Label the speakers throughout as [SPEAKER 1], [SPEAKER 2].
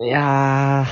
[SPEAKER 1] いや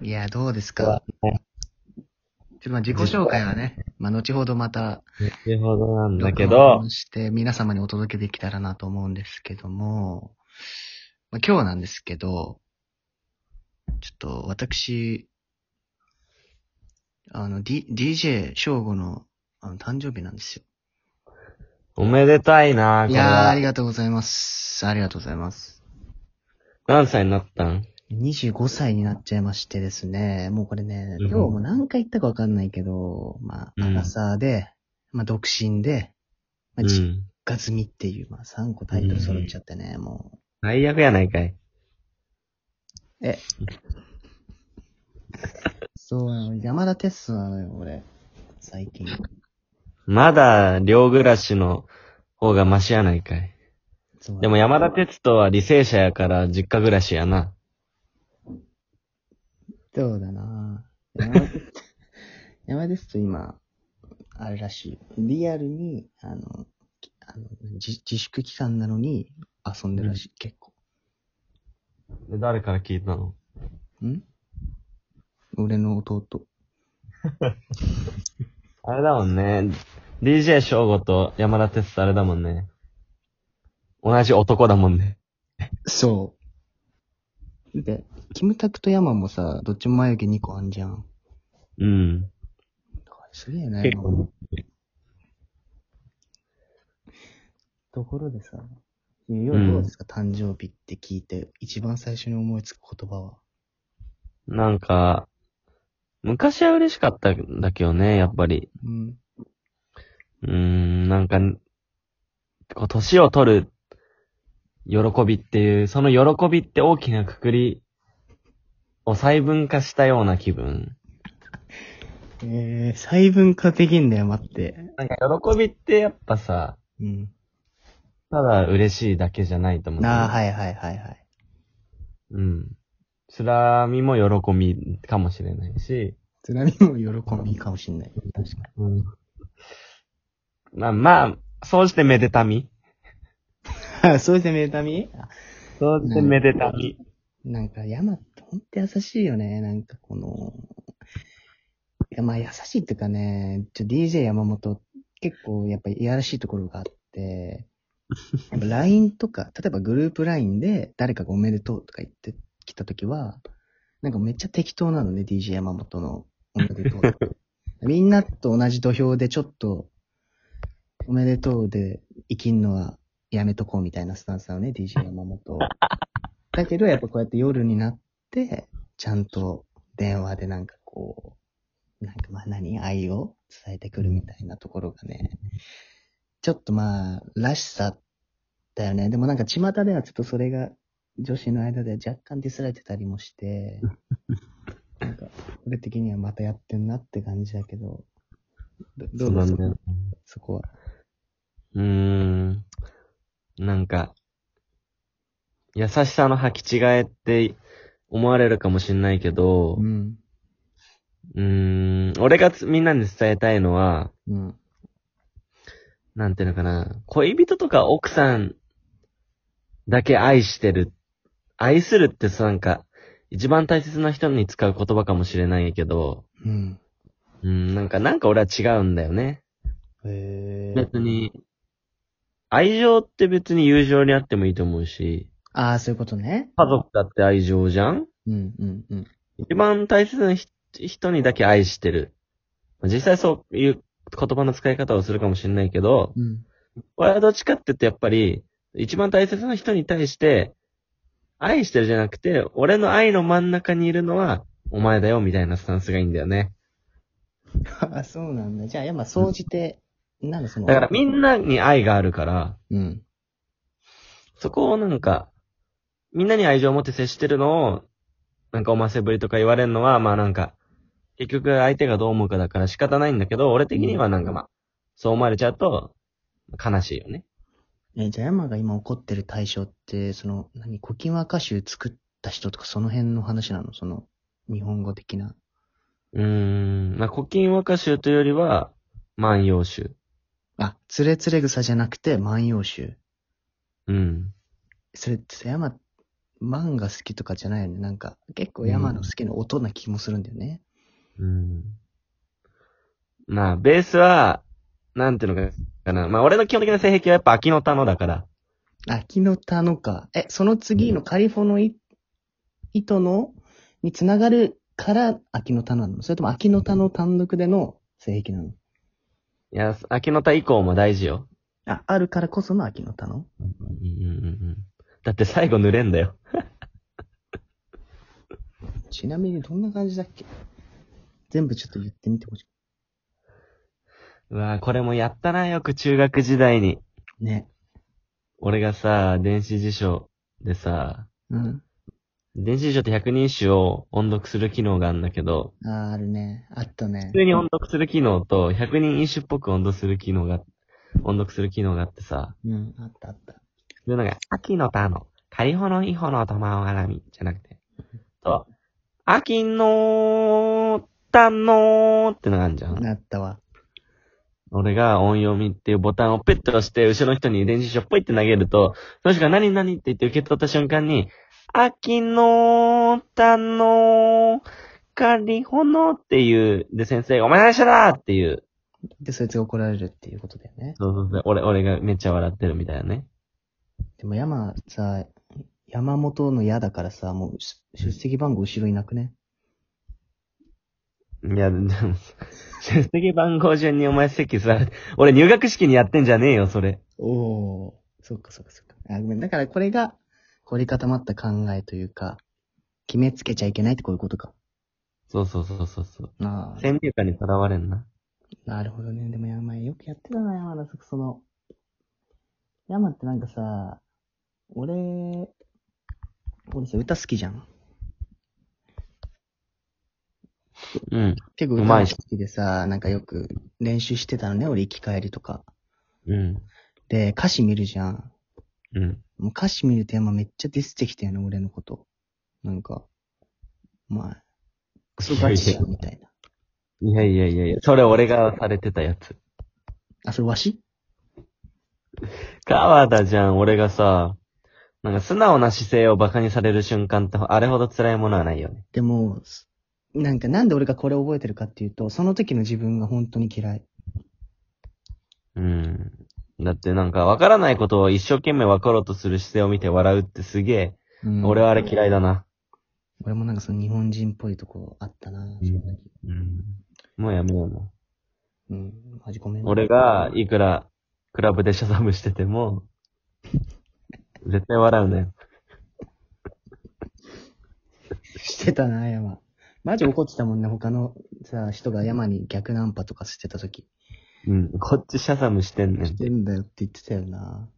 [SPEAKER 2] いや、どうです
[SPEAKER 1] ー、
[SPEAKER 2] か。ちょっとまあ自己紹介はね、まあ後ほどまた、
[SPEAKER 1] なるほどなんだけ
[SPEAKER 2] 録
[SPEAKER 1] ど、
[SPEAKER 2] 音して皆様にお届けできたらなと思うんですけども、まあ今日なんですけど、ちょっと私、あの、D、DJ 正吾のあの誕生日なんですよ。
[SPEAKER 1] おめでたいなー、
[SPEAKER 2] い
[SPEAKER 1] これ
[SPEAKER 2] やー、あり
[SPEAKER 1] は。
[SPEAKER 2] がとうございます。ありがとうございます。
[SPEAKER 1] 何歳になったん
[SPEAKER 2] 25歳になっちゃいましてですね、もうこれね、
[SPEAKER 1] うん
[SPEAKER 2] 今日も何回言ったかわかんないけど、ま
[SPEAKER 1] うん
[SPEAKER 2] あ、アラサーで、まあ、独身で、まあ、実
[SPEAKER 1] ん。
[SPEAKER 2] 家済みっていう、まあ、3個タイトル揃っちゃってね、も
[SPEAKER 1] 最悪やないかい。
[SPEAKER 2] う。え。そうなの、山田テストなのよ、俺。最近。
[SPEAKER 1] まだ、寮暮らしの方がマシやないかい。
[SPEAKER 2] そう
[SPEAKER 1] でも山田哲人は理性者やから実家暮らしやな。
[SPEAKER 2] そうだな山 田山田ですと今、あれらしい。リアルに、あの、きあの自自粛期間なのに遊んでるらしい、結構。
[SPEAKER 1] で、誰から聞いたの
[SPEAKER 2] ん俺の弟。
[SPEAKER 1] あれだもんね。DJ 翔吾と山田哲人あれだもんね。同じ男だもんね。
[SPEAKER 2] そう。で、キムタクとヤマもさ、どっちも眉毛2個あんじゃん。
[SPEAKER 1] うん。
[SPEAKER 2] すげえな、
[SPEAKER 1] 結構
[SPEAKER 2] ヤマもところでさ、要はどうですか、誕生日って聞いて、一番最初に思いつく言葉は。
[SPEAKER 1] なんか、昔は嬉しかったんだけどね、やっぱり。
[SPEAKER 2] うん。
[SPEAKER 1] うーん、なんか、こう、年を取る喜びっていう、その喜びって大きなくくりを細分化したような気分。
[SPEAKER 2] えー、細分化できんだよ、待って。
[SPEAKER 1] なんか喜びってやっぱさ、
[SPEAKER 2] うん。
[SPEAKER 1] ただ嬉しいだけじゃないと思う。
[SPEAKER 2] ああ、
[SPEAKER 1] い。
[SPEAKER 2] はいはいはいはい。
[SPEAKER 1] うん。辛みも喜びかもしれないし、
[SPEAKER 2] 津波も喜びかもしんない。確か
[SPEAKER 1] う
[SPEAKER 2] に。
[SPEAKER 1] ん。まあまあ、そうしてめでたみ。
[SPEAKER 2] あそうですね、めでたみ
[SPEAKER 1] そうしてめでたみ。
[SPEAKER 2] なんか、山ってほんと優しいよね。なんかこの、いやまあ優しいっていうかね、ちょ DJ 山本、結構やっぱりいやらしいところがあって、やっぱ LINE とか、例えばグループ LINE で誰かがおめでとうとか言ってきたときは、なんかめっちゃ適当なのね、DJ 山本のおめでとうとか。みんなと同じ土俵でちょっと、おめでとうで生きんのはやめとこうみたいなスタンスなのね、DJ 山本。だけど、やっぱこうやって夜になって、ちゃんと電話でなんかこう、なんかまあ何愛を伝えてくるみたいなところがね、ちょっとまあ、らしさだよね。でもなんか巷ではちょっとそれが女子の間で若干ディスられてたりもして、なんか、俺的にはまたやってんなって感じだけど、どどうですか
[SPEAKER 1] よ。
[SPEAKER 2] そこは。
[SPEAKER 1] うーん。なんか、優しさの履き違えって思われるかもしんないけど、
[SPEAKER 2] ん。
[SPEAKER 1] うーん、俺がつみんなに伝えたいのは、
[SPEAKER 2] うん。
[SPEAKER 1] なんていうのかな、恋人とか奥さんだけ愛してる。愛するってさ、なんか、一番大切な人に使う言葉かもしれないけど、
[SPEAKER 2] うん。
[SPEAKER 1] うん、なんか、なんか俺は違うんだよね。
[SPEAKER 2] へえ。
[SPEAKER 1] 別に、愛情って別に友情にあってもいいと思うし、
[SPEAKER 2] ああ、そういうことね。
[SPEAKER 1] 家族だって愛情じゃん
[SPEAKER 2] うん、うん、うん。
[SPEAKER 1] 一番大切なひ人にだけ愛してる。実際そういう言葉の使い方をするかもしれないけど、
[SPEAKER 2] うん。
[SPEAKER 1] 俺はどっちかって言ってやっぱり、一番大切な人に対して、愛してるじゃなくて、俺の愛の真ん中にいるのは、お前だよ、みたいなスタンスがいいんだよね。
[SPEAKER 2] あ、そうなんだ。じゃあ、いや、まあ、総じて、なんだその。
[SPEAKER 1] だからみんなに愛があるから、
[SPEAKER 2] うん。
[SPEAKER 1] そこをなんか、みんなに愛情を持って接してるのを、なんかおませぶりとか言われるのは、まあなんか、結局相手がどう思うかだから仕方ないんだけど、俺的にはなんかまあ、そう思われちゃうと、悲しいよね。
[SPEAKER 2] え、じゃあ、山が今怒ってる対象って、その、何、古今和歌集作った人とか、その辺の話なのその、日本語的な。
[SPEAKER 1] うーん、まあ古今和歌集というよりは、万葉集。
[SPEAKER 2] あ、つれつれ草じゃなくて、万葉集。
[SPEAKER 1] うん。
[SPEAKER 2] それ、ちょっと山、漫画好きとかじゃないよね。なんか、結構山の好きな音な気もするんだよね。
[SPEAKER 1] うん。まあ、ベースは、なんていうのかな。まあ、俺の基本的な性癖はやっぱ秋の田のだから。
[SPEAKER 2] 秋の田のか。え、その次のカリフォのい、糸の、につながるから秋の田なのそれとも秋の田の単独での性癖なの
[SPEAKER 1] いや、秋の田以降も大事よ。
[SPEAKER 2] あ、あるからこその秋の田の
[SPEAKER 1] うんうんうんうん。だって最後濡れんだよ。
[SPEAKER 2] ちなみにどんな感じだっけ全部ちょっと言ってみてほし
[SPEAKER 1] うわぁ、これもやったな、よく中学時代に。
[SPEAKER 2] い。ね。
[SPEAKER 1] 俺がさ、電子辞書でさ、
[SPEAKER 2] うん。
[SPEAKER 1] 電子辞書って百人一首を音読する機能があるんだけど、
[SPEAKER 2] あー、あるね。あったね
[SPEAKER 1] 普。通に音読する機能と、百人一首っぽく音読する機能が、音読する機能があってさ、
[SPEAKER 2] うん、あったあった。
[SPEAKER 1] で、なんか、秋の田の、仮穂のイホの玉を絡み、じゃなくて、と、秋の田のってのがあるじゃん。
[SPEAKER 2] あったわ。
[SPEAKER 1] 俺が音読みっていうボタンをペッと押して、後ろの人に電子書ポイって投げると、その人が何々って言って受け取った瞬間に、秋の田の仮穂のっていう、で先生がお前何してだっていう、
[SPEAKER 2] で、そいつが怒られるっていうことだよね。
[SPEAKER 1] そうそうそう、俺、俺がめっちゃ笑ってるみたいなね。
[SPEAKER 2] でも山さ、山本の矢だからさ、もうし出席番号後ろいなくね。
[SPEAKER 1] いや、でも、出席番号順にお前席座る。俺入学式にやってんじゃねえよ、それ。
[SPEAKER 2] おお。そっかそっかそっか。あ、ごめん。だからこれが凝り固まった考えというか、決めつけちゃいけないってこういうことか。
[SPEAKER 1] そうそうそうそうそう。
[SPEAKER 2] あ
[SPEAKER 1] 先入観にとらわれんな。
[SPEAKER 2] あ。なるほどね。でも山、よくやってたな、山田。その、山ってなんかさ、俺、俺さ、歌好きじゃん。
[SPEAKER 1] うん。
[SPEAKER 2] 結構
[SPEAKER 1] うま
[SPEAKER 2] 歌
[SPEAKER 1] い
[SPEAKER 2] 好
[SPEAKER 1] し
[SPEAKER 2] きでさ、なんかよく練習してたのね、俺行き帰りとか。
[SPEAKER 1] うん。
[SPEAKER 2] で、歌詞見るじゃん。
[SPEAKER 1] うん。
[SPEAKER 2] もう歌詞見ると山めっちゃディスってきたよね、俺のこと。なんか、お前、クソガチじゃん、みたいな。
[SPEAKER 1] いやいやいやいや、それ俺がされてたやつ。
[SPEAKER 2] あ、それわし
[SPEAKER 1] 川田じゃん、俺がさ、なんか素直な姿勢を馬鹿にされる瞬間って、あれほど辛いものはないよね。
[SPEAKER 2] でも、すなんかなんで俺がこれ覚えてるかっていうと、その時の自分が本当に嫌い。
[SPEAKER 1] うん。だってなんか、わからないことを一生懸命わかろうとする姿勢を見て笑うってすげえ、
[SPEAKER 2] うん
[SPEAKER 1] 俺はあれ嫌いだな。
[SPEAKER 2] 俺もなんかその日本人っぽいとこあったな、
[SPEAKER 1] うん
[SPEAKER 2] 正直。
[SPEAKER 1] うん。もうやめようもう。
[SPEAKER 2] うん、マジごめん。
[SPEAKER 1] 俺が、いくら、クラブでシャザムしてても、絶対笑うね。
[SPEAKER 2] してたな、山。マジ怒ってたもんね、他のさ、人が山に逆ナンパとかしてた時。
[SPEAKER 1] うん。こっちシャザムしてんねん
[SPEAKER 2] し。てんだよって言ってたよな。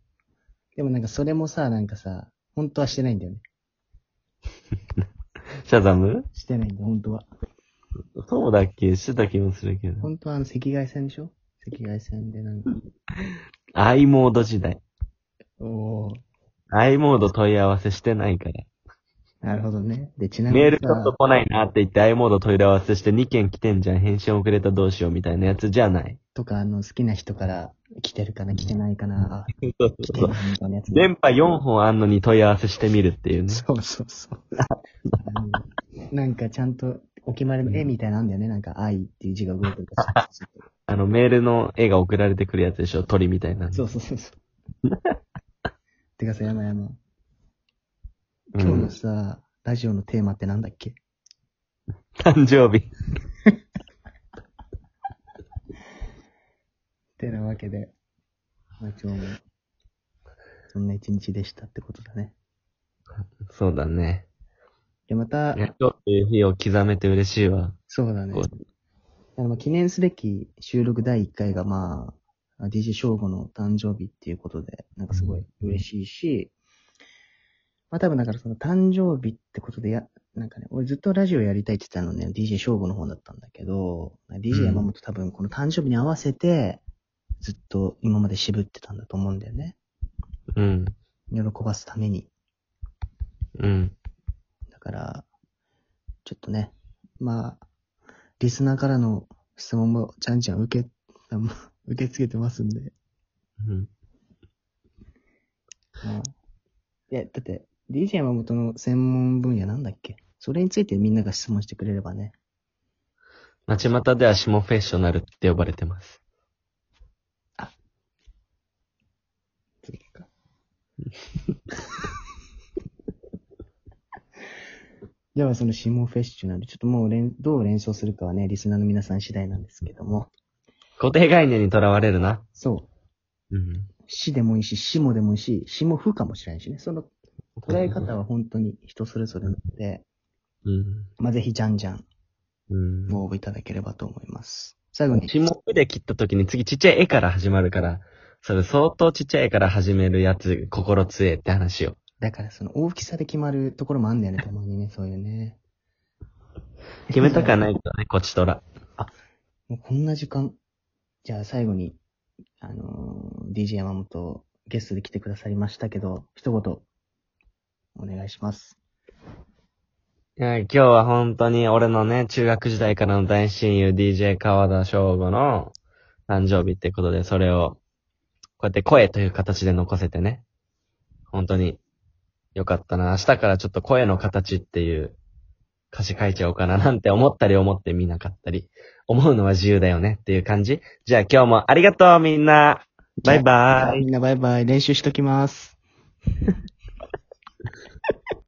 [SPEAKER 2] でもなんかそれもさ、なんかさ、本当はしてないんだよね。
[SPEAKER 1] シャザム
[SPEAKER 2] してないんだよ、本当は。
[SPEAKER 1] そうだっけしてた気もするけど。
[SPEAKER 2] 本当はあの赤外線でしょ赤外線でなんか。
[SPEAKER 1] アイモード時代。
[SPEAKER 2] おお。
[SPEAKER 1] アイモード問い合わせしてないから。
[SPEAKER 2] なるほどね。で、ちなみ
[SPEAKER 1] メー
[SPEAKER 2] に
[SPEAKER 1] ルちょっと来ないなって言って、アイモード問い合わせして2件来てんじゃん。返信遅れたどうしようみたいなやつじゃない。
[SPEAKER 2] とか、あの、好きな人から来てるかな、来てないかな、あ、
[SPEAKER 1] そう
[SPEAKER 2] 来て
[SPEAKER 1] そ
[SPEAKER 2] な
[SPEAKER 1] う
[SPEAKER 2] いみたいなやつ、ね。
[SPEAKER 1] 電波4本あんのに問い合わせしてみるっていうね。
[SPEAKER 2] そうそうそう。うんなんかちゃんとお決まりの絵みたいなんだよね。なんか愛っていう字が動いてる から。
[SPEAKER 1] あの、メールの絵が送られてくるやつでしょ。鳥みたいな。
[SPEAKER 2] そうそうそうそう。てかさ、山山。
[SPEAKER 1] うん
[SPEAKER 2] 今日のさ、ラジオのテーマってなんだっけ
[SPEAKER 1] 誕生日。
[SPEAKER 2] てなわけで、まあ、今日も、そんな一日でしたってことだね。
[SPEAKER 1] そうだね。
[SPEAKER 2] で、また
[SPEAKER 1] い、や今日っていう日を刻めて嬉しいわ。
[SPEAKER 2] そうだね
[SPEAKER 1] こ。
[SPEAKER 2] あの、記念すべき収録第1回が、まあ、DJ 翔吾の誕生日っていうことで、なんかすごい嬉しいし、まあ多分だからその誕生日ってことでや、なんかね、俺ずっとラジオやりたいって言ってたのね、DJ 翔吾の方だったんだけど、
[SPEAKER 1] う
[SPEAKER 2] DJ
[SPEAKER 1] ん
[SPEAKER 2] 山本多分この誕生日に合わせて、ずっと今まで渋ってたんだと思うんだよね。
[SPEAKER 1] うん。
[SPEAKER 2] 喜ばすために。
[SPEAKER 1] うん。
[SPEAKER 2] だから、ちょっとね、まあ、リスナーからの質問もじゃんじゃん受け、 あもう受け付けてますんで。
[SPEAKER 1] うん
[SPEAKER 2] まあいや、だって、 DJ 山本の専門分野なんだっけそれについてみんなが質問してくれればね。
[SPEAKER 1] 街股ではシモフェッショナルって呼ばれてます。
[SPEAKER 2] 次か。 ではそのシモフェッショナル、ちょっともう連どう連想するかはね、リスナーの皆さん次第なんですけども。
[SPEAKER 1] 固定概念にとらわれるな。
[SPEAKER 2] そう。
[SPEAKER 1] うん。
[SPEAKER 2] 死でもいいし、死もでもいいし、死も不かもしれないしね。その捉え方は本当に人それぞれなので、
[SPEAKER 1] うん。
[SPEAKER 2] まあ、ぜひじゃんじゃん
[SPEAKER 1] うん。
[SPEAKER 2] ご応募いただければと思います。最後に、
[SPEAKER 1] 下目で切った時に次ちっちゃい絵から始まるから、それ相当ちっちゃい絵から始めるやつ、心強えって話を。
[SPEAKER 2] だからその大きさで決まるところもあんだよね、たまにね、そういうね。
[SPEAKER 1] 決めたかないけどね、こちとら。
[SPEAKER 2] もうこんな時間。じゃあ最後に、あのー DJ 山本ゲストで来てくださりましたけど、一言、お願いします。
[SPEAKER 1] いや、今日は本当に俺のね、中学時代からの大親友 DJ 川田翔吾の誕生日ってことで、それを、こうやって声という形で残せてね。本当に、よかったな。明日からちょっと声の形っていう歌詞書いちゃおうかななんて思ったり思ってみなかったり、思うのは自由だよねっていう感じ。じゃあ今日もありがとうみんなバイバーイ
[SPEAKER 2] みんなバイバイ、練習しときます。